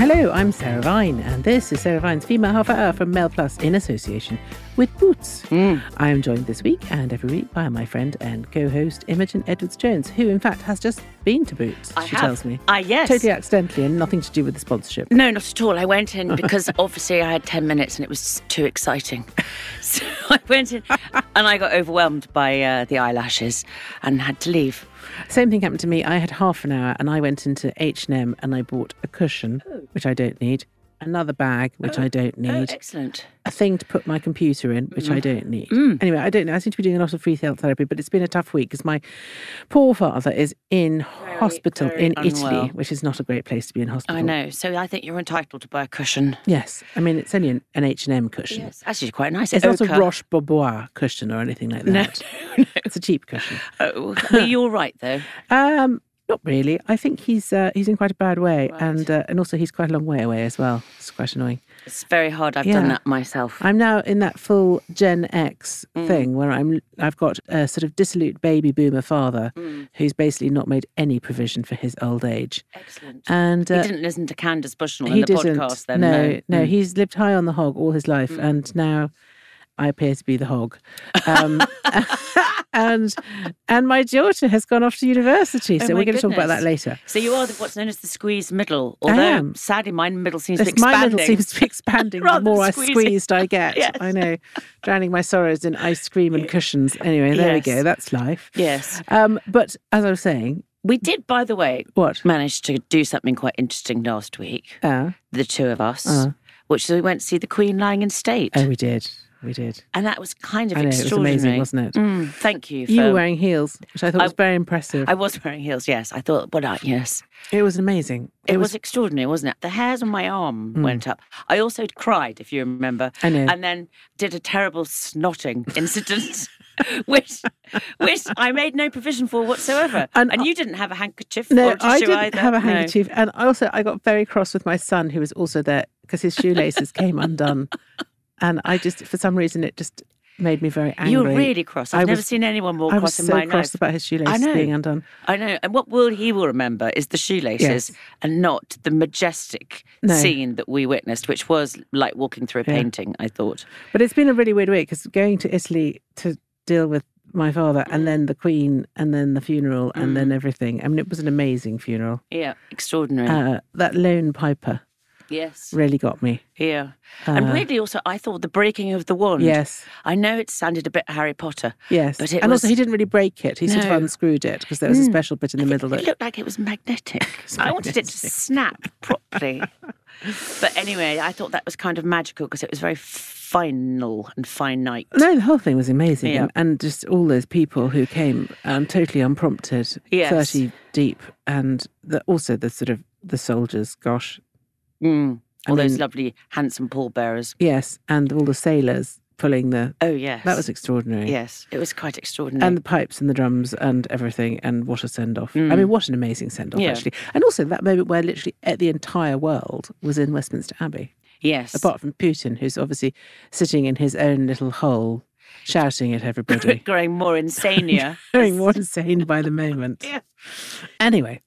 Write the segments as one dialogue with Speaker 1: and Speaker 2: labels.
Speaker 1: Hello, I'm Sarah Vine, and this is Sarah Vine's Female Half Hour from Mail Plus in association with Boots.
Speaker 2: Mm.
Speaker 1: I am joined this week and every week by my friend and co host Imogen Edwards Jones, who in fact has just been to Boots,
Speaker 2: I
Speaker 1: she
Speaker 2: have.
Speaker 1: tells me.
Speaker 2: Ah, yes.
Speaker 1: Totally accidentally and nothing to do with the sponsorship.
Speaker 2: No, not at all. I went in because obviously I had 10 minutes and it was too exciting. So I went in and I got overwhelmed by uh, the eyelashes and had to leave.
Speaker 1: Same thing happened to me. I had half an hour and I went into H&M and I bought a cushion, which I don't need, another bag, which I don't
Speaker 2: Oh,
Speaker 1: need,
Speaker 2: excellent.
Speaker 1: a thing to put my computer in, which
Speaker 2: Mm.
Speaker 1: I don't need. Anyway, I don't know. I seem to be doing a lot of free health therapy, but it's been a tough week because my poor father is in hospital
Speaker 2: very
Speaker 1: in Italy,
Speaker 2: unwell.
Speaker 1: which is not a great place to be in hospital.
Speaker 2: I know. So I think you're entitled to buy a cushion.
Speaker 1: Yes, I mean it's only an, an H&M cushion.
Speaker 2: Yes. Actually, quite nice.
Speaker 1: It's not a
Speaker 2: Ochre.
Speaker 1: Roche Bobois cushion or anything like that. It's a cheap cushion.
Speaker 2: Oh, well, you're right, though.
Speaker 1: Um, not really. I think he's uh, he's in quite a bad way, and uh, and also he's quite a long way away as well. It's quite annoying.
Speaker 2: It's very hard. I've
Speaker 1: Yeah.
Speaker 2: done that myself.
Speaker 1: I'm now in that full Gen X
Speaker 2: Mm.
Speaker 1: thing where I'm I've got a sort of dissolute baby boomer father
Speaker 2: Mm.
Speaker 1: who's basically not made any provision for his old age,
Speaker 2: Excellent.
Speaker 1: and
Speaker 2: he
Speaker 1: uh,
Speaker 2: didn't listen to Candace Bushnell
Speaker 1: he
Speaker 2: in the
Speaker 1: doesn't.
Speaker 2: podcast then.
Speaker 1: no, no,
Speaker 2: Mm.
Speaker 1: he's lived high on the hog all his life, and now I appear to be the hog. Um, and and my daughter has gone off to university,
Speaker 2: Oh,
Speaker 1: so
Speaker 2: my
Speaker 1: we're going to talk about
Speaker 2: goodness.
Speaker 1: that later.
Speaker 2: So you are the, what's known as the squeeze middle.
Speaker 1: I
Speaker 2: Although,
Speaker 1: am.
Speaker 2: sadly, my middle seems to
Speaker 1: This-
Speaker 2: be
Speaker 1: my
Speaker 2: expanding.
Speaker 1: middle seems to be expanding the
Speaker 2: Rather than
Speaker 1: more I
Speaker 2: squeezing.
Speaker 1: squeezed I get.
Speaker 2: Yes.
Speaker 1: I know, drowning my sorrows in ice cream and cushions. Anyway, there we go.
Speaker 2: Yes.
Speaker 1: That's life.
Speaker 2: yes.
Speaker 1: Um, but as I was saying,
Speaker 2: We did, by the way,
Speaker 1: what?
Speaker 2: managed to do something quite interesting last week,
Speaker 1: Uh,
Speaker 2: the two of us,
Speaker 1: Uh.
Speaker 2: which is we went to see the Queen lying in state.
Speaker 1: oh, we did. We did.
Speaker 2: And that was kind of
Speaker 1: I know. It was
Speaker 2: extraordinary.
Speaker 1: amazing, wasn't it?
Speaker 2: Mm, thank you. For,
Speaker 1: You were wearing heels, which Um, I thought
Speaker 2: I-
Speaker 1: was very impressive.
Speaker 2: I was wearing heels, yes. I thought, well, I- yes.
Speaker 1: it was amazing.
Speaker 2: It, was, extraordinary, wasn't it? The hairs on my arm went up. I also cried, if you remember.
Speaker 1: I know.
Speaker 2: And then did a terrible snotting incident, which which I made no provision for whatsoever.
Speaker 1: And
Speaker 2: And, you didn't have a handkerchief
Speaker 1: No,
Speaker 2: or tissue
Speaker 1: I didn't
Speaker 2: either.
Speaker 1: have a
Speaker 2: No.
Speaker 1: handkerchief. And also, I got very cross with my son, who was also there, because his shoelaces came undone. And I just, for some reason, it just made me very angry.
Speaker 2: You were really cross. I've
Speaker 1: I
Speaker 2: never
Speaker 1: was-
Speaker 2: seen anyone more
Speaker 1: I was
Speaker 2: cross in
Speaker 1: so
Speaker 2: my
Speaker 1: cross
Speaker 2: life.
Speaker 1: about his shoelaces
Speaker 2: know.
Speaker 1: being undone.
Speaker 2: I know. And what will he will remember is the shoelaces
Speaker 1: Yes.
Speaker 2: and not the majestic
Speaker 1: No.
Speaker 2: scene that we witnessed, which was like walking through a painting, I thought.
Speaker 1: But it's been a really weird week because going to Italy to deal with my father and then the Queen and then the funeral and
Speaker 2: Mm.
Speaker 1: then everything. I mean, it was an amazing funeral.
Speaker 2: Yeah. Extraordinary.
Speaker 1: Uh, that lone piper
Speaker 2: yes.
Speaker 1: really got me.
Speaker 2: Yeah.
Speaker 1: uh,
Speaker 2: and weirdly also I thought the breaking of the wand.
Speaker 1: Yes,
Speaker 2: I know it sounded a bit Harry Potter.
Speaker 1: yes.
Speaker 2: But it
Speaker 1: and also, he
Speaker 2: was-
Speaker 1: didn't really break it. He sort of
Speaker 2: No. Mm.
Speaker 1: unscrewed it because there was a special bit in the middle
Speaker 2: It
Speaker 1: that.
Speaker 2: looked like it was magnetic. I wanted it to snap properly. but anyway, I thought that was kind of magical because it was very final and finite.
Speaker 1: No, the whole thing was amazing,
Speaker 2: Yeah.
Speaker 1: and, and just all those people who came um, totally unprompted,
Speaker 2: Yes.
Speaker 1: thirty deep, and the, also the sort of the soldiers. Gosh,
Speaker 2: Mm.
Speaker 1: I
Speaker 2: All those
Speaker 1: mean-
Speaker 2: lovely, handsome pallbearers.
Speaker 1: yes, and all the sailors pulling the.
Speaker 2: Oh, yes.
Speaker 1: That was extraordinary.
Speaker 2: Yes, it was quite extraordinary.
Speaker 1: and the pipes and the drums and everything and what a send off i
Speaker 2: Mm.
Speaker 1: mean what an amazing send off
Speaker 2: Yeah.
Speaker 1: actually and also that moment where literally eh, the entire world was in westminster abbey
Speaker 2: yes,
Speaker 1: apart from putin who's obviously sitting in his own little hole shouting at everybody
Speaker 2: growing more insania.
Speaker 1: going more insane by the moment
Speaker 2: Yeah.
Speaker 1: anyway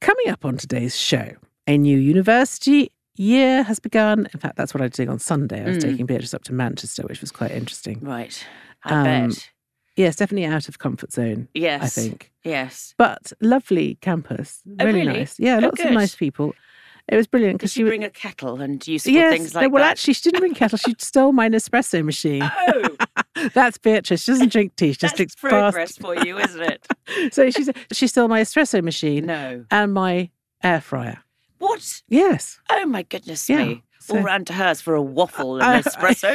Speaker 1: coming up on today's show a new university year has begun in fact that's what i did on sunday i was
Speaker 2: Mm.
Speaker 1: taking beatrice up to manchester which was quite interesting
Speaker 2: right, I
Speaker 1: Um,
Speaker 2: bet.
Speaker 1: yes definitely out of comfort zone
Speaker 2: Yes,
Speaker 1: i think
Speaker 2: Yes.
Speaker 1: but lovely campus.
Speaker 2: Oh,
Speaker 1: Really,
Speaker 2: really?
Speaker 1: nice. Yeah,
Speaker 2: Oh,
Speaker 1: lots of
Speaker 2: good.
Speaker 1: nice people. It was brilliant
Speaker 2: Did
Speaker 1: because
Speaker 2: she
Speaker 1: she was.
Speaker 2: bring a kettle and useful
Speaker 1: Yes,
Speaker 2: things
Speaker 1: no,
Speaker 2: like
Speaker 1: well,
Speaker 2: that?
Speaker 1: actually, she didn't bring kettle. She stole my Nespresso machine.
Speaker 2: oh,
Speaker 1: That's Beatrice. She doesn't drink tea. She just drinks
Speaker 2: that's progress for you, isn't it?
Speaker 1: fast. So she she stole my espresso machine
Speaker 2: no.
Speaker 1: and my air fryer.
Speaker 2: What?
Speaker 1: Yes,
Speaker 2: Oh my goodness
Speaker 1: Yeah,
Speaker 2: me!
Speaker 1: so- Uh,
Speaker 2: All round to hers for a waffle
Speaker 1: I- I-
Speaker 2: and espresso.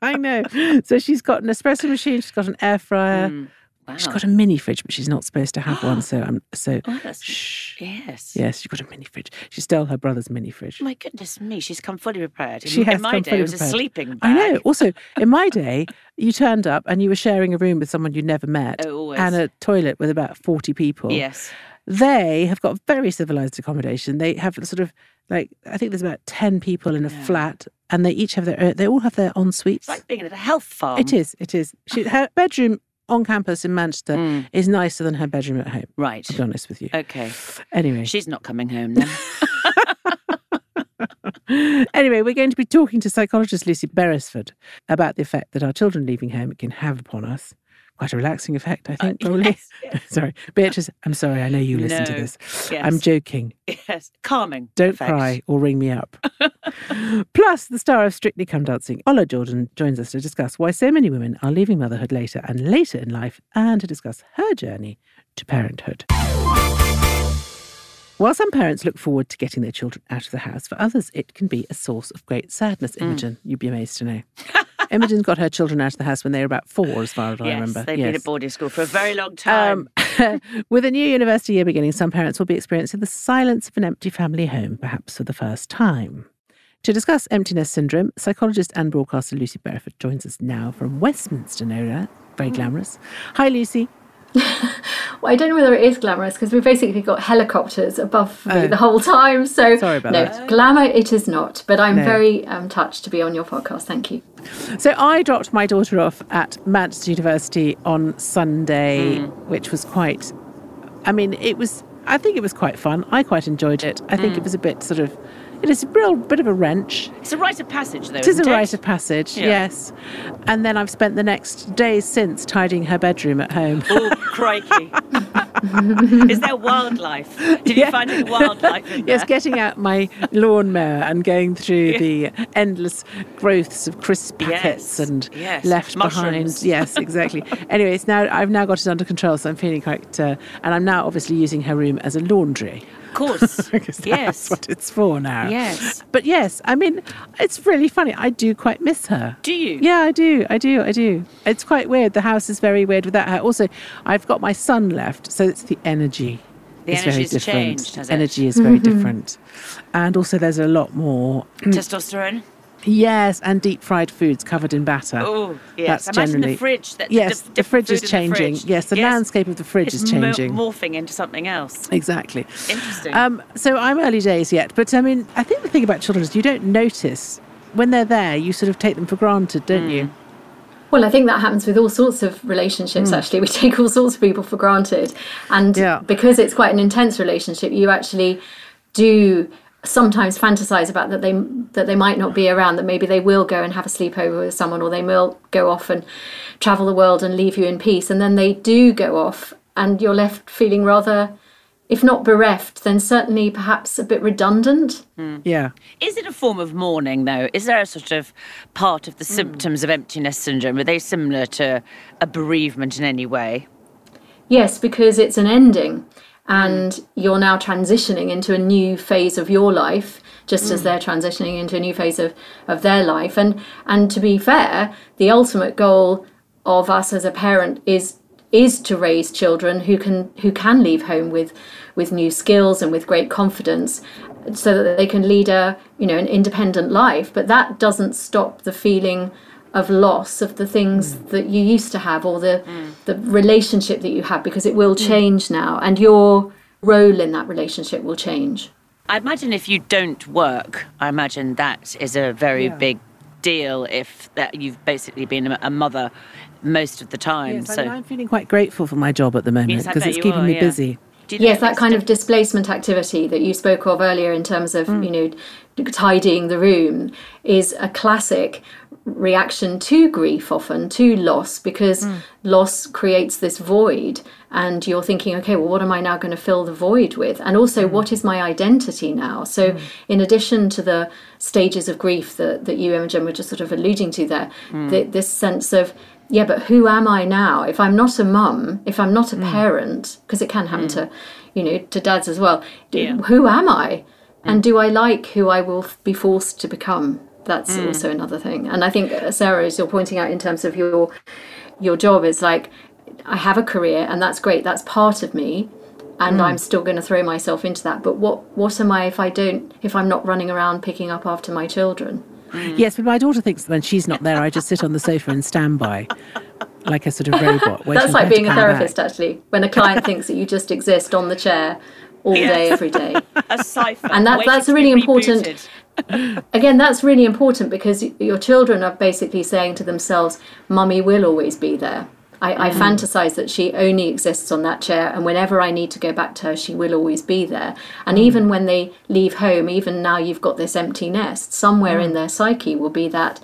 Speaker 1: I know. So she's got an espresso machine. She's got an air fryer.
Speaker 2: Mm, wow.
Speaker 1: uh, She's got a mini fridge, but she's not supposed to have one. So I'm so.
Speaker 2: Oh, that's-
Speaker 1: Shh.
Speaker 2: yes.
Speaker 1: Yes, she's got a mini fridge. She stole her brother's mini fridge.
Speaker 2: My goodness me, she's come fully prepared. In,
Speaker 1: She has
Speaker 2: in my
Speaker 1: come
Speaker 2: day,
Speaker 1: fully
Speaker 2: it was
Speaker 1: prepared.
Speaker 2: a sleeping bag.
Speaker 1: I know. Also, in my day, you turned up and you were sharing a room with someone you never met
Speaker 2: Oh, always.
Speaker 1: and a toilet with about 40 people.
Speaker 2: Yes.
Speaker 1: They have got very civilized accommodation. They have sort of like, I think there's about 10 people in a flat and they each have their own, they all have their en suites.
Speaker 2: It's like being at a health farm.
Speaker 1: it is, it is. She, her bedroom on campus in Manchester
Speaker 2: Mm. Uh,
Speaker 1: is nicer than her bedroom at home,
Speaker 2: Right.
Speaker 1: to be honest with you.
Speaker 2: Okay.
Speaker 1: Anyway,
Speaker 2: She's not coming home then.
Speaker 1: Anyway, we're going to be talking to psychologist Lucy Beresford about the effect that our children leaving home can have upon us. Quite a relaxing effect, I think, probably.
Speaker 2: yes, yes.
Speaker 1: sorry. Beatrice, I'm sorry. I know you listen to
Speaker 2: Uh, No,
Speaker 1: this.
Speaker 2: yes.
Speaker 1: I'm joking.
Speaker 2: Yes, calming.
Speaker 1: Don't
Speaker 2: effect.
Speaker 1: cry or ring me up. Plus, the star of Strictly Come Dancing, Ola Jordan, joins us to discuss why so many women are leaving motherhood later and later in life and to discuss her journey to parenthood. While some parents look forward to getting their children out of the house, for others it can be a source of great sadness, Imogen. You'd be amazed to know. Imogen's got her children out of the house when they were about four, as far as I
Speaker 2: Yes,
Speaker 1: remember.
Speaker 2: they've
Speaker 1: Yes.
Speaker 2: been at boarding school for a very long time.
Speaker 1: Um, with a new university year beginning, some parents will be experiencing the silence of an empty family home, perhaps for the first time. To discuss emptiness syndrome, psychologist and broadcaster Lucy Bereford joins us now from Westminster, no doubt. Very glamorous. Hi, Lucy.
Speaker 3: Well, I don't know whether it is glamorous because we've basically got helicopters above me the whole time. So
Speaker 1: Oh. Sorry about
Speaker 3: no,
Speaker 1: that.
Speaker 3: glamour it is not. But I'm
Speaker 1: No.
Speaker 3: very um, touched to be on your podcast. Thank you.
Speaker 1: So I dropped my daughter off at Manchester University on Sunday, which was quite. I mean, it was. I think it was quite fun. I quite enjoyed it. I think it was a bit sort of. It is a real bit of a wrench.
Speaker 2: it's a rite of passage, though.
Speaker 1: It is a
Speaker 2: isn't
Speaker 1: rite of passage,
Speaker 2: Yeah.
Speaker 1: yes. And then I've spent the next days since tidying her bedroom at home.
Speaker 2: Oh, crikey. Is there wildlife? Did you find any wildlife in
Speaker 1: yes,
Speaker 2: there?
Speaker 1: getting out my lawnmower and going through
Speaker 2: Yeah.
Speaker 1: the endless growths of crisp packets
Speaker 2: Yes,
Speaker 1: and
Speaker 2: yes,
Speaker 1: left behind.
Speaker 2: mushrooms.
Speaker 1: Yes, exactly. anyway, it's now I've now got it under control, so I'm feeling quite. Uh, and I'm now obviously using her room as a laundry.
Speaker 2: Of course.
Speaker 1: 'cause that's
Speaker 2: yes.
Speaker 1: what it's for now.
Speaker 2: Yes.
Speaker 1: But yes, I mean, it's really funny. I do quite miss her.
Speaker 2: Do you?
Speaker 1: Yeah, I do. I do. I do. It's quite weird. The house is very weird without her. Also, I've got my son left, so it's the energy.
Speaker 2: The
Speaker 1: is very
Speaker 2: energy's
Speaker 1: different.
Speaker 2: changed, has
Speaker 1: The
Speaker 2: it?
Speaker 1: Energy is very different. And also, there's a lot more.
Speaker 2: Testosterone?
Speaker 1: yes, and deep fried foods covered in batter.
Speaker 2: Oh, yes.
Speaker 1: That's
Speaker 2: Imagine
Speaker 1: generally.
Speaker 2: the fridge. That
Speaker 1: yes, the,
Speaker 2: different
Speaker 1: fridge is
Speaker 2: food in the
Speaker 1: changing.
Speaker 2: fridge.
Speaker 1: Yes, the landscape of the fridge
Speaker 2: it's
Speaker 1: is
Speaker 2: mo-
Speaker 1: changing.
Speaker 2: morphing into something else.
Speaker 1: Exactly.
Speaker 2: Interesting.
Speaker 1: Um, so I'm early days yet, but I mean, I think the thing about children is you don't notice when they're there. You sort of take them for granted, don't you?
Speaker 2: Mm-hmm.
Speaker 3: Well, I think that happens with all sorts of relationships. Actually, we take all sorts of people for granted, and
Speaker 1: Yeah.
Speaker 3: because it's quite an intense relationship, you actually do sometimes fantasize about that they that they might not be around. That maybe they will go and have a sleepover with someone, or they will go off and travel the world and leave you in peace. And then they do go off, and you're left feeling rather, if not bereft, then certainly perhaps a bit redundant.
Speaker 1: Yeah.
Speaker 2: Is it a form of mourning, though? Is there a sort of part of the
Speaker 1: Hmm.
Speaker 2: symptoms of emptiness syndrome? Are they similar to a bereavement in any way?
Speaker 3: Yes, because it's an ending and you're now transitioning into a new phase of your life just as they're transitioning into a new phase of, of their life and and to be fair the ultimate goal of us as a parent is is to raise children who can who can leave home with with new skills and with great confidence so that they can lead a you know an independent life but that doesn't stop the feeling of loss of the things that you used to have or the the relationship that you had because it will change now and your role in that relationship will change
Speaker 2: I imagine if you don't work, I imagine that is a very big deal if that you've basically been a- a mother most of the time.
Speaker 1: Yes,
Speaker 2: so
Speaker 1: I mean, I'm feeling quite grateful for my job at the moment
Speaker 2: Yes, I
Speaker 1: because
Speaker 2: bet
Speaker 1: it's
Speaker 2: you
Speaker 1: keeping
Speaker 2: are,
Speaker 1: me
Speaker 2: yeah.
Speaker 1: busy.
Speaker 2: Do you
Speaker 3: Yes,
Speaker 2: think
Speaker 3: that kind of displacement activity that you spoke of earlier in terms of,
Speaker 2: Hmm.
Speaker 3: you know, tidying the room is a classic reaction to grief often, to loss, because
Speaker 2: Hmm.
Speaker 3: loss creates this void and you're thinking, okay, well what am I now going to fill the void with? And also
Speaker 2: Hmm.
Speaker 3: what is my identity now? So in addition to the stages of grief that, that you, Imogen, were just sort of alluding to there,
Speaker 2: Hmm.
Speaker 3: th- this sense of yeah, but who am I now? If I'm not a mum, if I'm not a parent, because it can happen to, you know, to dads as well. d-
Speaker 2: Yeah.
Speaker 3: Who am I? And do I like who I will f- be forced to become? That's also another thing. And I think uh, Sarah, as you're pointing out in terms of your your job, is like I have a career, and that's great. That's part of me, and I'm still going to throw myself into that. But what what am I if I don't if I'm not running around picking up after my children?
Speaker 1: Yes, but my daughter thinks that when she's not there, I just sit on the sofa and stand by, like a sort of robot. waiting
Speaker 3: That's
Speaker 1: for
Speaker 3: like
Speaker 1: her to
Speaker 3: being a
Speaker 1: come back.
Speaker 3: therapist, actually, when a client thinks that you just exist on the chair all day, every day.
Speaker 2: a cipher?
Speaker 3: And that-
Speaker 2: waiting
Speaker 3: that's
Speaker 2: to
Speaker 3: a
Speaker 2: be
Speaker 3: really important-
Speaker 2: rebooted?
Speaker 3: Again, that's really important because y- your children are basically saying to themselves, Mummy will always be there. I, I fantasize that she only exists on that chair, and whenever I need to go back to her, she will always be there. And even when they leave home, even now you've got this empty nest, somewhere in their psyche will be that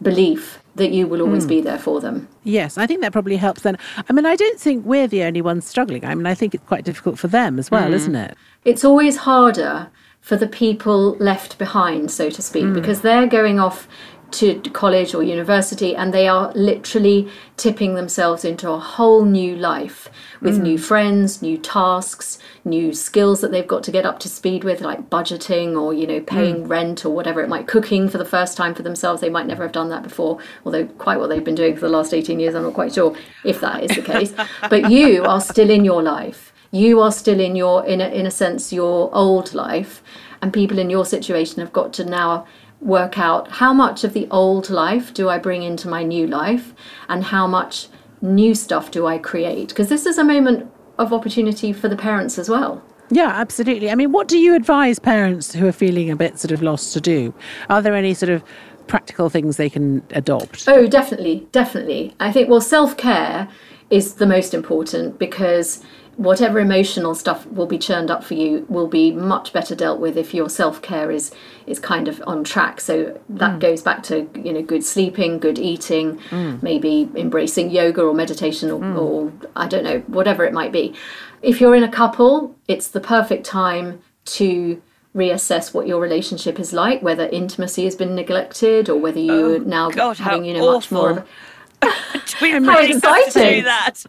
Speaker 3: belief that you will always be there for them.
Speaker 1: Yes, I think that probably helps then. I mean, I don't think we're the only ones struggling. I mean, I think it's quite difficult for them as well, isn't it?
Speaker 3: it's always harder for the people left behind, so to speak, because they're going off to college or university and they are literally tipping themselves into a whole new life with new friends, new tasks, new skills that they've got to get up to speed with like budgeting or you know paying rent or whatever it might cooking for the first time for themselves they might never have done that before although quite what they've been doing for the last 18 years I'm not quite sure if that is the case but you are still in your life you are still in your in a, in a sense your old life and people in your situation have got to now work out how much of the old life do i bring into my new life and how much new stuff do i create because this is a moment of opportunity for the parents as well
Speaker 1: Yeah, absolutely. I mean, what do you advise parents who are feeling a bit sort of lost to do? Are there any sort of practical things they can adopt?
Speaker 3: Oh, definitely, definitely. I think well, self care is the most important because whatever emotional stuff will be churned up for you will be much better dealt with if your self care is is kind of on track. So that goes back to you know good sleeping, good eating, maybe embracing yoga or meditation or, or I don't know whatever it might be. If you're in a couple, it's the perfect time to reassess what your relationship is like, whether intimacy has been neglected or whether you are now
Speaker 2: God, Oh how
Speaker 3: having you know much more. of-
Speaker 2: awful. we really have to do
Speaker 3: exciting.
Speaker 2: that.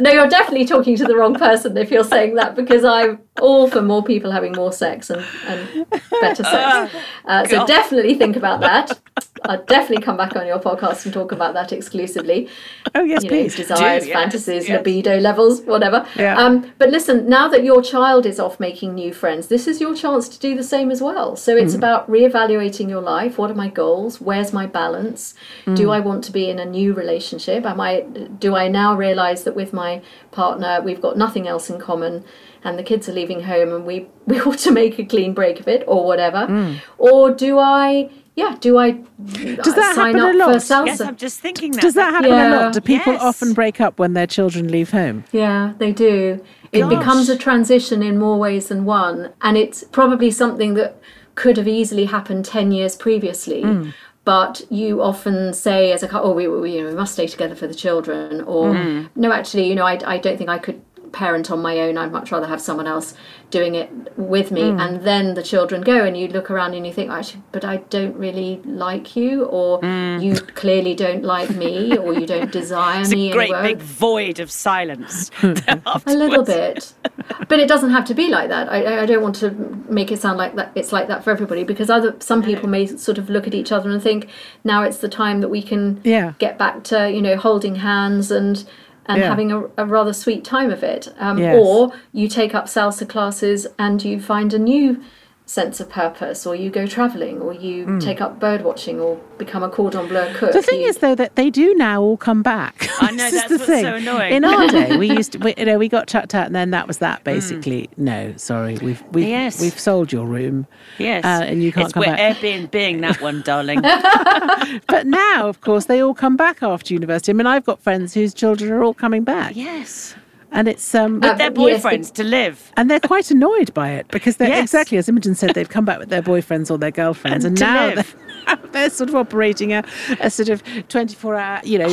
Speaker 3: No, you're definitely talking to the wrong person if you're saying that because I'm all for more people having more sex and, and better sex. Uh, so definitely think about that. I'll definitely come back on your podcast and talk about that exclusively.
Speaker 1: Oh, yes,
Speaker 3: you know,
Speaker 1: please.
Speaker 3: desires,
Speaker 2: Do, yes,
Speaker 3: fantasies,
Speaker 2: yes.
Speaker 3: libido levels, whatever.
Speaker 1: Yeah.
Speaker 3: Um, but listen, now that your child is off making new friends, this is your chance to do the same as well. So it's
Speaker 1: Mm-hmm.
Speaker 3: about reevaluating your life. What are my goals? Where's my balance?
Speaker 1: Mm.
Speaker 3: Do I want to be in a new relationship? Am I? Do I now realise that with my partner we've got nothing else in common? And the kids are leaving home, and we, we ought to make a clean break of it, or whatever.
Speaker 1: Mm.
Speaker 3: Or do I, yeah, do I Does
Speaker 1: that
Speaker 3: sign
Speaker 1: happen
Speaker 3: up
Speaker 1: a lot?
Speaker 3: for
Speaker 1: Yes,
Speaker 3: salsa?
Speaker 4: Yes, I'm just thinking that.
Speaker 1: Does that happen a
Speaker 3: Yeah.
Speaker 1: lot? Do people
Speaker 4: Yes.
Speaker 1: often break up when their children leave home?
Speaker 3: Yeah, they do. It
Speaker 1: Gosh.
Speaker 3: becomes a transition in more ways than one, and it's probably something that could have easily happened 10 years previously.
Speaker 4: Hmm.
Speaker 3: But you often say, as a cou- oh, we, we, you know, we must stay together for the children, or
Speaker 4: Hmm.
Speaker 3: no, actually, you know, I, I don't think I could parent on my own. I'd much rather have someone else doing it with me.
Speaker 4: Hmm.
Speaker 3: And then the children go, and you look around and you think, actually, but I don't really like you, or you clearly don't like me, or you don't desire
Speaker 4: Hmm. It's
Speaker 3: me.
Speaker 4: a
Speaker 3: in
Speaker 4: great
Speaker 3: work."
Speaker 4: big void of silence.
Speaker 3: a little bit but it doesn't have to be like that I, I- I don't want to make it sound like that it's like that for everybody because other some people may sort of look at each other and think now it's the time that we can
Speaker 1: Yeah.
Speaker 3: get back to you know holding hands and and
Speaker 1: Yeah.
Speaker 3: having a, a rather sweet time of it um,
Speaker 1: Yes.
Speaker 3: or you take up salsa classes and you find a new sense of purpose or you go traveling or you take up bird watching or become a cordon bleu cook
Speaker 1: Mm. The thing
Speaker 3: You-
Speaker 1: is, though, that they do now all come back.
Speaker 4: I know,
Speaker 1: This is
Speaker 4: that's
Speaker 1: the
Speaker 4: what's so
Speaker 1: thing.
Speaker 4: annoying.
Speaker 1: In our day, we used to, we, you know, we got chucked out, and then that was that. Basically, no, sorry, we've we've,
Speaker 2: Yes.
Speaker 1: we've sold your room.
Speaker 2: Yes.
Speaker 1: uh, and you can't
Speaker 2: it's e-
Speaker 1: come
Speaker 2: we're
Speaker 1: back.
Speaker 2: Airbnb-ing that one, darling.
Speaker 1: But now, of course, they all come back after university. I mean, I've got friends whose children are all coming back,
Speaker 2: yes.
Speaker 1: and it's um,
Speaker 3: Uh,
Speaker 2: Their
Speaker 3: Yes,
Speaker 2: boyfriends to live.
Speaker 1: and they're quite annoyed by it because they're
Speaker 2: Yes.
Speaker 1: exactly as Imogen said, they've come back with their boyfriends or their girlfriends, and,
Speaker 2: And to
Speaker 1: now
Speaker 2: live.
Speaker 1: they're, they're sort of operating a, a sort of twenty-four hour, you know,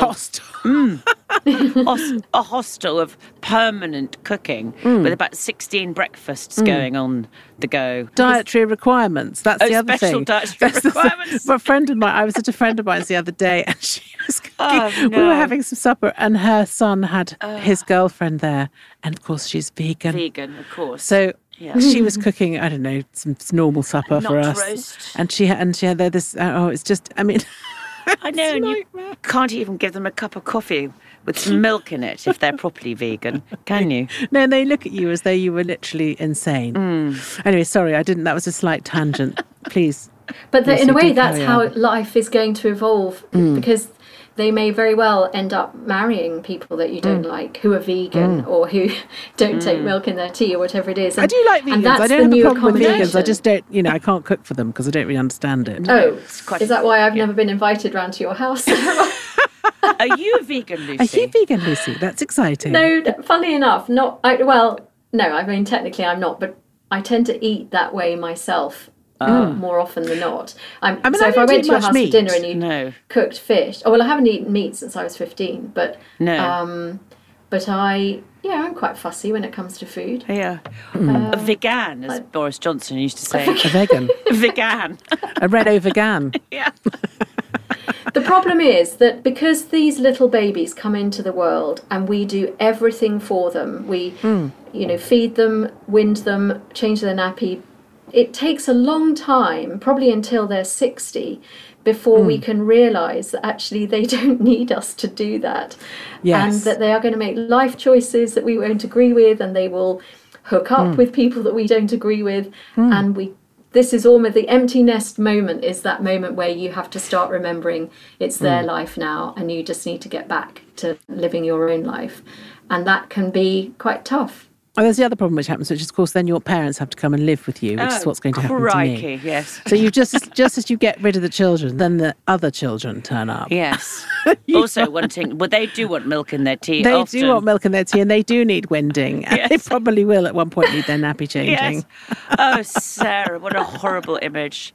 Speaker 1: hostel.
Speaker 2: Hos- a hostel of permanent cooking
Speaker 1: Mm.
Speaker 2: with about 16 breakfasts going on the go.
Speaker 1: dietary requirements. That's
Speaker 2: Oh,
Speaker 1: the other
Speaker 2: special
Speaker 1: thing.
Speaker 2: dietary
Speaker 1: That's the thing.
Speaker 2: requirements.
Speaker 1: But a friend of mine, I was at a friend of mine the other day, and she was cooking.
Speaker 2: Oh,
Speaker 1: We were
Speaker 2: no.
Speaker 1: having some supper, and her son had his girlfriend there, and of course she's vegan.
Speaker 2: Vegan, of course.
Speaker 1: So.
Speaker 2: Yeah.
Speaker 1: She was cooking, I don't know, some s- normal supper for
Speaker 2: Not
Speaker 1: us,
Speaker 2: roast.
Speaker 1: and she had, and she had there this. uh, Oh, it's just, I mean,
Speaker 2: I know, and you can't even give them a cup of coffee with some milk in it if they're properly vegan, can you?
Speaker 1: no, they look at you as though you were literally insane.
Speaker 2: Mm.
Speaker 1: Anyway, sorry, I didn't. That was a slight tangent. Please,
Speaker 3: But that
Speaker 1: Yes,
Speaker 3: in a
Speaker 1: you
Speaker 3: way,
Speaker 1: do
Speaker 3: that's
Speaker 1: carry
Speaker 3: how
Speaker 1: on. Mm.
Speaker 3: life is going to evolve because they may very well end up marrying people that you don't
Speaker 1: Mm.
Speaker 3: like who are vegan or who don't
Speaker 2: Mm.
Speaker 3: take milk in their tea or whatever it is.
Speaker 1: I do like
Speaker 3: and
Speaker 1: vegans.
Speaker 3: that's
Speaker 1: I
Speaker 3: the
Speaker 1: don't have a
Speaker 3: new
Speaker 1: problem with vegans. I
Speaker 3: accommodation.
Speaker 1: just don't, you know, I can't cook for them because I don't really understand it.
Speaker 3: Oh,
Speaker 2: it's quite-
Speaker 3: is that why I've never been invited round to your house? Sarah?
Speaker 2: Are you a vegan, Lucy?
Speaker 1: Are you vegan, Lucy? That's exciting.
Speaker 3: no, funny enough, not. I, well, no, I mean technically I'm not, but I tend to eat that way myself
Speaker 2: Ah.
Speaker 3: uh, more often than not. I'm,
Speaker 1: I mean,
Speaker 3: so
Speaker 1: I
Speaker 3: if I
Speaker 1: don't
Speaker 3: went
Speaker 1: eat
Speaker 3: to your
Speaker 1: much
Speaker 3: house
Speaker 1: meat.
Speaker 3: for dinner and you
Speaker 2: No.
Speaker 3: cooked fish, oh well, I haven't eaten meat since I was 15, but
Speaker 2: No.
Speaker 3: um, but I yeah, I'm quite fussy when it comes to food.
Speaker 2: yeah.
Speaker 1: mm.
Speaker 2: a vegan, as Boris Johnson used to say.
Speaker 1: A vegan.
Speaker 2: vegan.
Speaker 1: a red over gan.
Speaker 2: yeah.
Speaker 3: The problem is that because these little babies come into the world and we do everything for them, we, you know, feed them, wind them, change their nappy, it takes a long time, probably until they're 60, before we can realize that actually they don't need us to do that.
Speaker 1: Yes.
Speaker 3: And that they are going to make life choices that we won't agree with and they will hook up with people that we don't agree with and we this is almost the empty nest moment is that moment where you have to start remembering it's their life now and you just need to get back to living your own life and that can be quite tough
Speaker 1: Oh, there's the other problem which happens, which is, of course, then your parents have to come and live with you, which is what's going to happen to
Speaker 2: Oh, Crikey,
Speaker 1: me.
Speaker 2: yes.
Speaker 1: So you just, just as you get rid of the children, then the other children turn up.
Speaker 2: Yes. also wanting, well, they do want milk in their tea.
Speaker 1: They
Speaker 2: often.
Speaker 1: do want milk in thek tea, and they do need winding. And They
Speaker 2: Yes.
Speaker 1: probably will at one point need their nappy changing.
Speaker 2: Yes. Oh, Sarah, what a horrible image.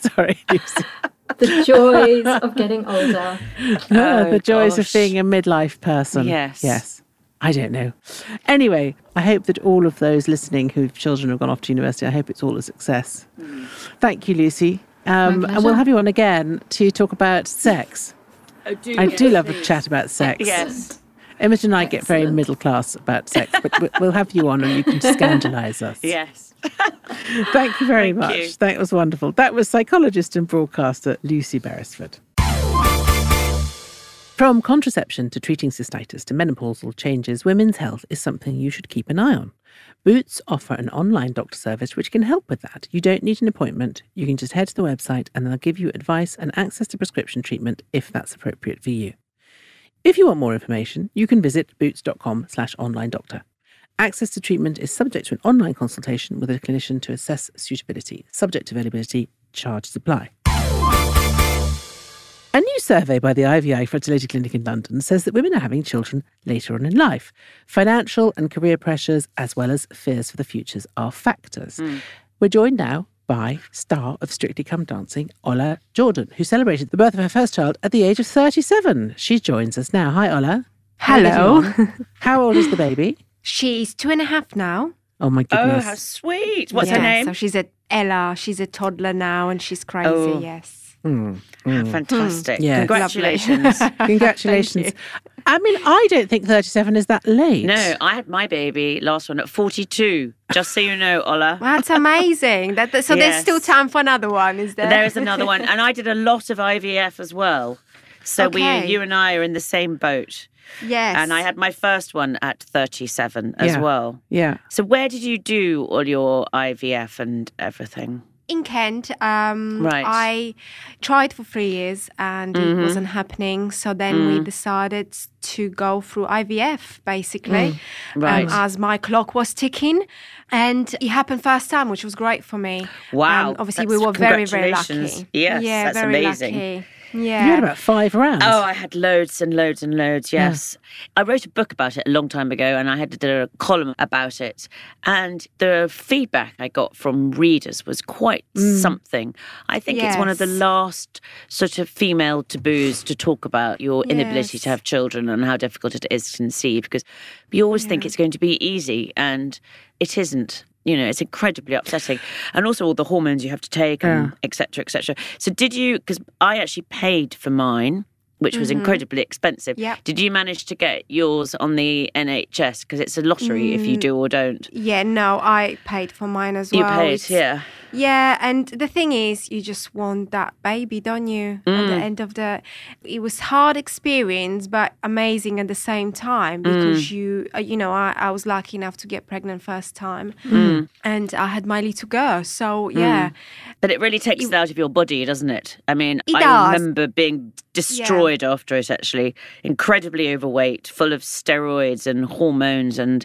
Speaker 1: Sorry, Lucy.
Speaker 3: the joys of getting older
Speaker 1: Ah,
Speaker 2: Oh,
Speaker 1: the joys
Speaker 2: gosh.
Speaker 1: of being a midlife person.
Speaker 2: Yes.
Speaker 1: Yes. I don't know. Anyway, I hope that all of those listening whose children have gone off to university, I hope it's all a success.
Speaker 2: Hmm.
Speaker 1: Thank you, Lucy. Um, and we'll
Speaker 3: pleasure.
Speaker 1: have you on again to talk about sex. I do love a chat about sex.
Speaker 2: Yes.
Speaker 1: Imogen and I get very
Speaker 3: Excellent.
Speaker 1: middle class about sex, but we- we'll have you on and you can scandalise us.
Speaker 2: Yes.
Speaker 1: Thank you very
Speaker 2: Thank
Speaker 1: much.
Speaker 2: you.
Speaker 1: That was wonderful. That was psychologist and broadcaster Lucy Beresford. From contraception to treating cystitis to menopausal changes, women's health is something you should keep an eye on. Boots offer an online doctor service which can help with that. You don't need an appointment. You can just head to the website and they'll give you advice and access to prescription treatment if that's appropriate for you. If you want more information, you can visit boots.com slash online doctor. Access to treatment is subject to an online consultation with a clinician to assess suitability, subject availability, charge supply. A new survey by the IVI Fertility Clinic in London says that women are having children later on in life. Financial and career pressures, as well as fears for the futures, are factors. We're joined now by star of Strictly Come Dancing, Ola Jordan, who celebrated the birth of her first child at the age of 37. She joins us now. Hi, Ola. How are you
Speaker 5: Hello.
Speaker 1: getting on? How old is the baby?
Speaker 5: She's two and a half now.
Speaker 1: Oh my
Speaker 2: Oh,
Speaker 1: goodness.
Speaker 2: how sweet. What's her
Speaker 5: Yeah,
Speaker 2: name?
Speaker 5: So she's a Ella. She's a toddler now, and she's crazy.
Speaker 2: Oh.
Speaker 5: Yes.
Speaker 2: Fantastic.
Speaker 1: Yes.
Speaker 2: Congratulations.
Speaker 1: Congratulations. I mean, I don't think 37 is that late.
Speaker 2: no, I had my baby last one at 42, just so you know, Ola.
Speaker 5: Wow, that's amazing. That, that- so there's still
Speaker 2: Yes.
Speaker 5: time for another one, is there?
Speaker 2: There is another one. And I did a lot of IVF as well. So
Speaker 5: Okay.
Speaker 2: we, you and I are in the same boat.
Speaker 5: yes.
Speaker 2: And I had my first one at 37 as
Speaker 1: Yeah.
Speaker 2: well.
Speaker 1: Yeah.
Speaker 2: So where did you do all your IVF and everything?
Speaker 5: in Kent. Um,
Speaker 2: Right. Mm-hmm.
Speaker 5: I tried for three years, and it wasn't happening. So then
Speaker 2: Mm.
Speaker 5: we decided to go through IVF, basically,
Speaker 2: Mm.
Speaker 5: um,
Speaker 2: Right.
Speaker 5: as my clock was ticking, and it happened first time, which was great for me. Um,
Speaker 2: Wow,
Speaker 5: obviously,
Speaker 2: that's-
Speaker 5: we were very, very
Speaker 2: congratulations.
Speaker 5: lucky.
Speaker 2: Yes,
Speaker 5: yeah,
Speaker 2: that's
Speaker 5: very
Speaker 2: amazing.
Speaker 5: Lucky.
Speaker 1: You
Speaker 5: Yeah.
Speaker 1: had about five rounds.
Speaker 2: Oh, I had loads and loads and loads. Yes, I wrote a book about it a long time ago, and I had to do a column about it. And the feedback I got from readers was quite something. I think it's one of the
Speaker 5: Yes.
Speaker 2: last sort of female taboos to talk about your inability
Speaker 5: Yes.
Speaker 2: to have children and how difficult it is to conceive, because you always think it's going to be easy, and it isn't. You know, it's incredibly upsetting, and also all the hormones you have to take, and et cetera, et cetera. So, did you? Because I actually paid for mine which was incredibly expensive.
Speaker 5: Mm-hmm. Yep.
Speaker 2: Did you manage to get yours on the NHS? Because it's a lottery if you do or don't.
Speaker 5: Yeah, no, I paid for mine as
Speaker 2: You
Speaker 5: Mm. well.
Speaker 2: paid,
Speaker 5: It's-
Speaker 2: yeah.
Speaker 5: Yeah, and the thing is, you just want that baby, don't you? At the end of the, it was hard experience, but amazing at the same time because you, uh, you know, I, I was lucky enough to get pregnant first time, and I had my little girl. So yeah,
Speaker 2: But it really takes it out of your body, doesn't it? I mean,
Speaker 5: It
Speaker 2: I
Speaker 5: does.
Speaker 2: remember being destroyed after it, actually. Incredibly overweight, full of steroids and hormones. And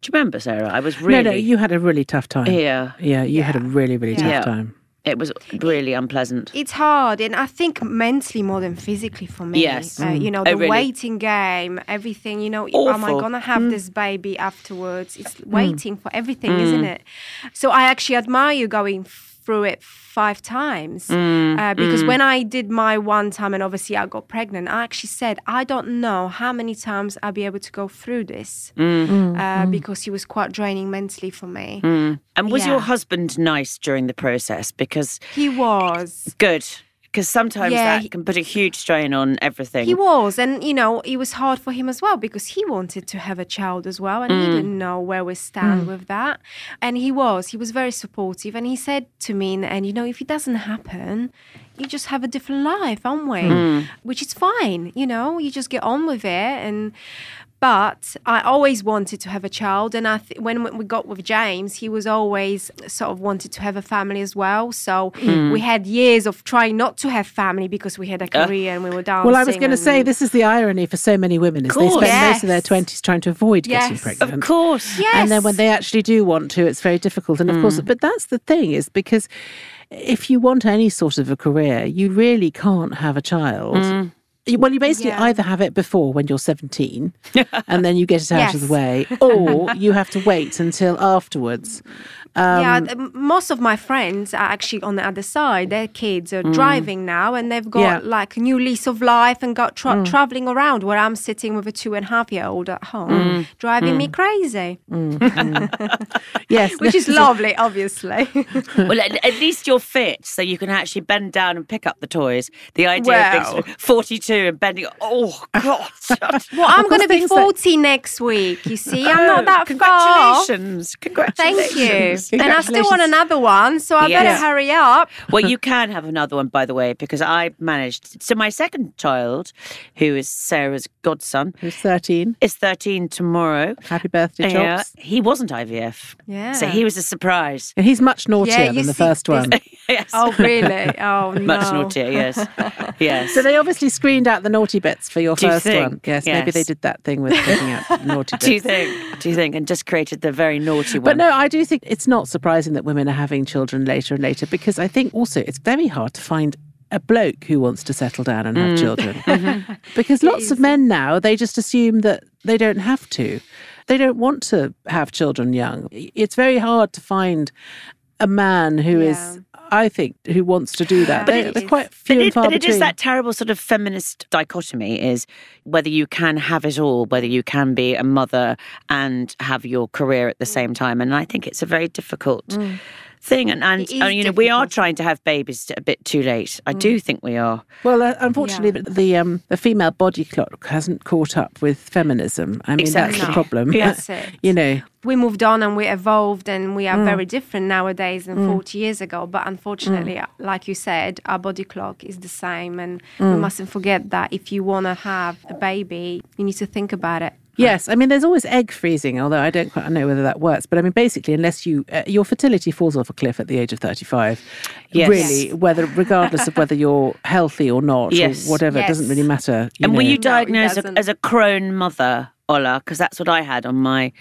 Speaker 2: do you remember, Sarah? I was really.
Speaker 1: No, no, you had a really tough time.
Speaker 2: Yeah.
Speaker 1: Yeah, you had a really, really
Speaker 2: Yeah.
Speaker 1: tough time.
Speaker 2: It was really unpleasant.
Speaker 5: it's hard, and I think mentally more than physically for me.
Speaker 2: Yes.
Speaker 5: uh, you know,
Speaker 2: Oh,
Speaker 5: the
Speaker 2: really?
Speaker 5: waiting game, everything. You know, am I
Speaker 2: Awful. Mm.
Speaker 5: gonna have this baby afterwards? It's waiting for everything, isn't
Speaker 2: Mm.
Speaker 5: it? So I actually admire you going through it five times
Speaker 2: Mm.
Speaker 5: uh, because when I did my one time, and obviously I got pregnant, I actually said I don't know how many times I'll be able to go through this
Speaker 2: Mm.
Speaker 5: uh, because it was quite draining mentally for me.
Speaker 2: Mm. And was your
Speaker 5: Yeah.
Speaker 2: husband nice during the process? Because
Speaker 5: He was.
Speaker 2: good, because sometimes
Speaker 5: Yeah,
Speaker 2: that
Speaker 5: he-
Speaker 2: can put a huge strain on everything.
Speaker 5: He was, and you know, it was hard for him as well because he wanted to have a child as well, and he didn't know where we stand with that. And he was, he was very supportive, and he said to me, in the end, you know, if it doesn't happen, you just have a different life, aren't we? Which is fine, you know, you just get on with it, and. But I always wanted to have a child, and I th- when we got with James, he was always sort of wanted to have a family as well. So we had years of trying not to have family because we had a career and we were down.
Speaker 1: Well, I was um, going to
Speaker 5: and-
Speaker 1: say this is the irony for so many women is they
Speaker 2: course.
Speaker 1: spend most of their
Speaker 5: Yes.
Speaker 1: twenties trying to avoid getting
Speaker 5: Yes.
Speaker 1: pregnant.
Speaker 2: of course.
Speaker 5: Yes. Mm.
Speaker 1: And then when they actually do want to, it's very difficult. And of course, but that's the thing is because if you want any sort of a career, you really can't have a child. You- Well, you basically
Speaker 5: Mm. Yeah.
Speaker 1: either have it before when you're 17 and then you get it out of the
Speaker 5: Yes.
Speaker 1: way, or you have to wait until afterwards.
Speaker 5: yeah,
Speaker 1: um,
Speaker 5: th- m- most of my friends are actually on the other side. Their kids are driving now, and they've got
Speaker 1: Mm. Yeah. Mm.
Speaker 5: like a new lease of life and got tra- traveling around. Where I'm sitting with a two and a half year old at home,
Speaker 1: Mm.
Speaker 5: driving me crazy,
Speaker 1: Yes.
Speaker 5: which is lovely, obviously.
Speaker 2: well, at, at least you're fit, so you can actually bend down and pick up the toys. The idea of being
Speaker 5: Well.
Speaker 2: sort of 42 and bending, oh, God.
Speaker 5: well, I'm going to be
Speaker 1: things Oh, like-
Speaker 5: 40 next week. You see, I'm not that far.
Speaker 2: Congratulations. Congratulations.
Speaker 5: Thank you. And I still want another one, so I
Speaker 2: Yes.
Speaker 5: better hurry up.
Speaker 2: well, you can have another one, by the way, because I managed. So, my second child, who is Sarah's godson,
Speaker 1: Who's 13.
Speaker 2: is 13 tomorrow.
Speaker 1: Happy birthday,
Speaker 2: Yeah,
Speaker 1: Chops.
Speaker 2: he wasn't IVF. So,
Speaker 5: Yeah.
Speaker 2: he was a surprise.
Speaker 1: And he's much naughtier
Speaker 5: you
Speaker 1: than the
Speaker 5: see,
Speaker 1: first
Speaker 5: this-
Speaker 1: one.
Speaker 2: yes.
Speaker 5: Oh, really? Oh, no.
Speaker 2: Much naughtier, yes. Yes.
Speaker 1: So they obviously screened out the naughty bits for your
Speaker 2: Do you
Speaker 1: first
Speaker 2: think?
Speaker 1: one. Yes, maybe they
Speaker 2: Yes.
Speaker 1: did that thing with picking out naughty
Speaker 2: do you
Speaker 1: bits.
Speaker 2: think? Do you think? And just created the very naughty
Speaker 1: But
Speaker 2: one.
Speaker 1: no, I do think it's not surprising that women are having children later and later because I think also it's very hard to find a bloke who wants to settle down and
Speaker 2: Mm.
Speaker 1: have
Speaker 2: Mm-hmm.
Speaker 1: children. because lots of men now, they just assume that they don't have to. They don't want to have children young. It's very hard to find a man who is, I think, who wants to do that.
Speaker 5: But
Speaker 1: They-
Speaker 5: it
Speaker 1: they're
Speaker 5: is-
Speaker 1: quite few
Speaker 2: But,
Speaker 1: and
Speaker 2: it,
Speaker 1: far
Speaker 2: but it
Speaker 1: between.
Speaker 2: is that terrible sort of feminist dichotomy is whether you can have it all, whether you can be a mother and have your career at the
Speaker 1: Mm.
Speaker 2: same time. And I think it's a very difficult thing. And, and,
Speaker 5: It
Speaker 2: and,
Speaker 5: is
Speaker 2: you know, we are
Speaker 5: difficult.
Speaker 2: trying to have babies a bit too late.
Speaker 1: Mm.
Speaker 2: I do think we are.
Speaker 1: Well, uh, unfortunately, the the, um, the female body clock hasn't caught up with feminism. I mean, that's the
Speaker 2: Exactly.
Speaker 1: problem.
Speaker 5: Yes. That's it.
Speaker 1: you know,
Speaker 5: we moved on and we evolved and we are
Speaker 2: Mm.
Speaker 5: very different nowadays than 40 years ago. But unfortunately,
Speaker 2: Mm.
Speaker 5: uh, like you said, our body clock is the same. And
Speaker 2: Mm.
Speaker 5: we mustn't forget that if you want to have a baby, you need to think about it.
Speaker 1: Yes, I mean, there's always egg freezing, although I don't quite know whether that works. But I mean, basically, unless you uh, your fertility falls off a cliff at the age of 35,
Speaker 2: Yes.
Speaker 1: really, whether regardless of whether you're healthy or not,
Speaker 2: Yes.
Speaker 1: or whatever, it doesn't
Speaker 5: Yes.
Speaker 1: really matter.
Speaker 2: and were
Speaker 1: know.
Speaker 2: you diagnosed
Speaker 5: doesn't.
Speaker 2: as a crone mother, Ola? Because that's what I had on my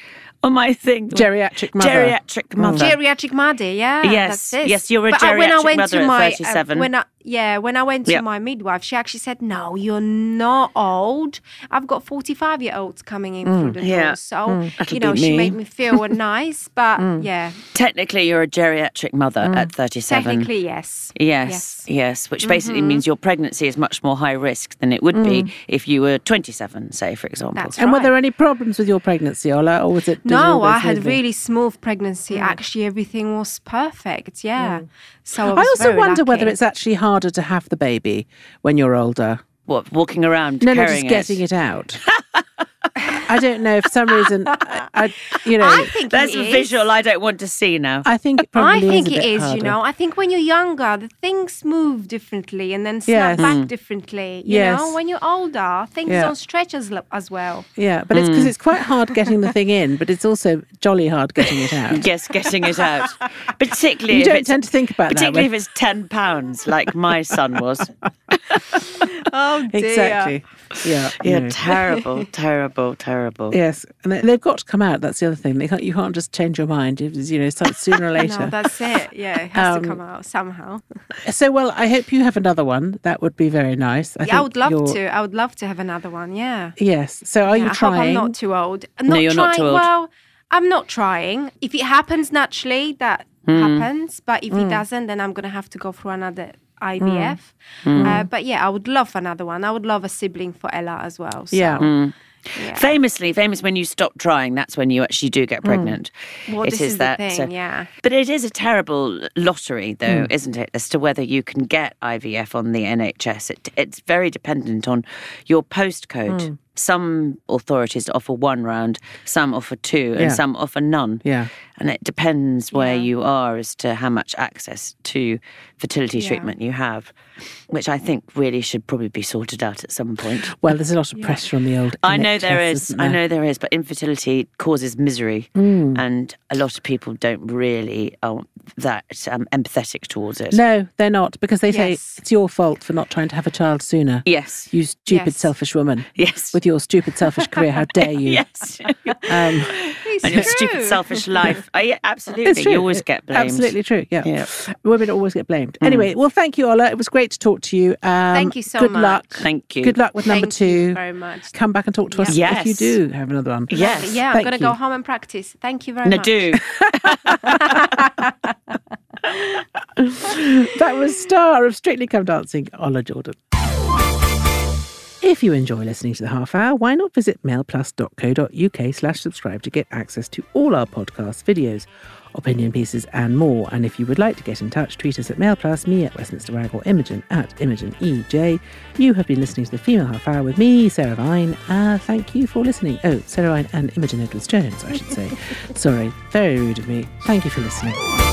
Speaker 2: on my thing.
Speaker 1: Geriatric mother. Mm.
Speaker 2: Geriatric mother.
Speaker 5: Geriatric mother, yeah.
Speaker 2: Yes,
Speaker 5: that's it.
Speaker 2: yes, you're a
Speaker 5: But I- when I
Speaker 2: geriatric
Speaker 5: went
Speaker 2: mother
Speaker 5: to
Speaker 2: at
Speaker 5: my, uh,
Speaker 2: 37.
Speaker 5: when I, yeah, when I went to
Speaker 2: Yeah.
Speaker 5: my midwife, she actually said, "No, you're not old. I've got 45 year olds coming in through the
Speaker 2: Mm, Yeah.
Speaker 5: door." So
Speaker 2: That'll
Speaker 5: you know,
Speaker 2: be
Speaker 5: she
Speaker 2: me. Mm.
Speaker 5: made me feel nice, but yeah,
Speaker 2: Technically, you're a geriatric mother
Speaker 1: Mm.
Speaker 2: at 37.
Speaker 5: technically, yes.
Speaker 2: Yes, yes, which basically means your pregnancy is much more high risk than it would be if you were 27, say, for example.
Speaker 5: That's
Speaker 1: and were
Speaker 5: right.
Speaker 1: there any problems with your pregnancy, Ola, or was it? did it all
Speaker 5: No,
Speaker 1: go
Speaker 5: I had
Speaker 1: smoothly?
Speaker 5: really smooth pregnancy. Actually, everything was perfect. Yeah. So I,
Speaker 1: I
Speaker 5: was
Speaker 1: also
Speaker 5: very
Speaker 1: wonder whether
Speaker 5: lucky.
Speaker 1: it's actually harder to have the baby when you're older.
Speaker 2: What, walking around
Speaker 1: No, no,
Speaker 2: carrying
Speaker 1: just getting it, out. I don't know. For some reason, I, I you know,
Speaker 5: I
Speaker 1: I,
Speaker 5: think
Speaker 2: That's
Speaker 5: it
Speaker 2: a
Speaker 5: is.
Speaker 2: visual I don't want to see now.
Speaker 1: think it
Speaker 5: I
Speaker 1: probably
Speaker 5: think
Speaker 1: is a
Speaker 5: it
Speaker 1: bit
Speaker 5: is,
Speaker 1: harder.
Speaker 5: you know. I think when you're younger, the things move differently and then
Speaker 1: Yes.
Speaker 5: snap back differently. You know,
Speaker 1: Yes.
Speaker 5: when you're older, things
Speaker 1: Yeah.
Speaker 5: don't stretch as, lo- as well.
Speaker 1: Yeah, but it's
Speaker 5: Hmm.
Speaker 1: because it's quite hard getting the thing in, but it's also jolly hard getting it out.
Speaker 2: Yes, getting it out. Particularly
Speaker 1: You
Speaker 2: if
Speaker 1: don't
Speaker 2: it's,
Speaker 1: tend to think about that
Speaker 2: particularly
Speaker 1: when-
Speaker 2: if it's ten pounds, like my son was.
Speaker 5: Oh,
Speaker 1: exactly. Yeah.
Speaker 2: Yeah,
Speaker 1: no.
Speaker 2: terrible, terrible, terrible.
Speaker 1: Yes, and they, they've got to come out. That's the other thing. They can't. You can't just change your mind. It was, You know, so- sooner or later.
Speaker 5: No, that's it. Yeah, it has
Speaker 1: Um,
Speaker 5: to come out somehow.
Speaker 1: so well, I hope you have another one. That would be very nice. I,
Speaker 5: Yeah, I would love
Speaker 1: you're-
Speaker 5: to. I would love to have another one. Yeah.
Speaker 1: Yes. So are
Speaker 5: Yeah,
Speaker 1: you
Speaker 5: I
Speaker 1: trying?
Speaker 5: hope I'm not too old. I'm not
Speaker 2: you're
Speaker 5: trying,
Speaker 2: not too old.
Speaker 5: Well, I'm not trying. If it happens naturally, that
Speaker 2: Hmm.
Speaker 5: happens. But if it doesn't, then I'm gonna have to go through another IVF.
Speaker 2: Hmm.
Speaker 5: Uh, but yeah, I would love another one. I would love a sibling for Ella as well. So,
Speaker 1: yeah.
Speaker 2: Famously, famous when you stop trying, that's when you actually do get pregnant.
Speaker 5: Well,
Speaker 2: It
Speaker 5: this
Speaker 2: is
Speaker 5: is the
Speaker 2: that.
Speaker 5: thing,
Speaker 2: so-
Speaker 5: yeah.
Speaker 2: But it is a terrible lottery,
Speaker 1: Hmm.
Speaker 2: though, isn't it, as to whether you can get IVF on the NHS? It, it's very dependent on your postcode.
Speaker 1: Hmm.
Speaker 2: Some authorities offer one round, some offer two, and
Speaker 1: Yeah.
Speaker 2: some offer none.
Speaker 1: Yeah.
Speaker 2: And it depends where you are as to how much access to fertility treatment you have, which I think really should probably be sorted out at some point.
Speaker 1: Well, there's a lot of pressure on the old.
Speaker 2: I know there
Speaker 1: NHS,
Speaker 2: is.
Speaker 1: isn't
Speaker 2: I
Speaker 1: there? Hmm.
Speaker 2: know there is, but infertility causes misery, and a lot of people don't really are that um, empathetic towards it.
Speaker 1: No, they're not because they
Speaker 5: Yes.
Speaker 1: say it's your fault for not trying to have a child sooner.
Speaker 2: Yes.
Speaker 1: You stupid,
Speaker 5: Yes.
Speaker 1: selfish woman.
Speaker 2: Yes.
Speaker 1: With your stupid, selfish career, how dare you?
Speaker 2: Yes.
Speaker 1: Um,
Speaker 5: It's
Speaker 2: and your
Speaker 5: true.
Speaker 2: stupid, selfish life. I, yeah, absolutely.
Speaker 1: It's true.
Speaker 2: You always get blamed.
Speaker 1: Absolutely true. Yeah.
Speaker 2: Yeah. Mm.
Speaker 1: Women always get blamed. Anyway, well, thank you, Ola. It was great to talk to you. Um,
Speaker 5: Thank you so
Speaker 1: good
Speaker 5: much.
Speaker 1: luck.
Speaker 2: Thank you.
Speaker 1: Good luck with number
Speaker 5: Thank
Speaker 1: two.
Speaker 5: you very much.
Speaker 1: Come back and talk to us
Speaker 2: Yeah.
Speaker 1: if you do have another one.
Speaker 2: Yes.
Speaker 5: Yeah, I'm
Speaker 1: Thank
Speaker 5: gonna
Speaker 1: you.
Speaker 5: go home and practice. Thank you very
Speaker 2: No,
Speaker 5: much.
Speaker 2: do.
Speaker 1: That was star of Strictly Come Dancing, Ola Jordan. If you enjoy listening to The Half Hour, why not visit mailplus.co.uk slash subscribe to get access to all our podcasts, videos, opinion pieces and more. And if you would like to get in touch, tweet us at mailplus, me at Westminster Wag or Imogen at Imogen EJ. You have been listening to The Female Half Hour with me, Sarah Vine. Uh, thank you for listening. Oh, Sarah Vine and Imogen Edwards-Jones, I should say. Sorry, very rude of me. Thank you for listening.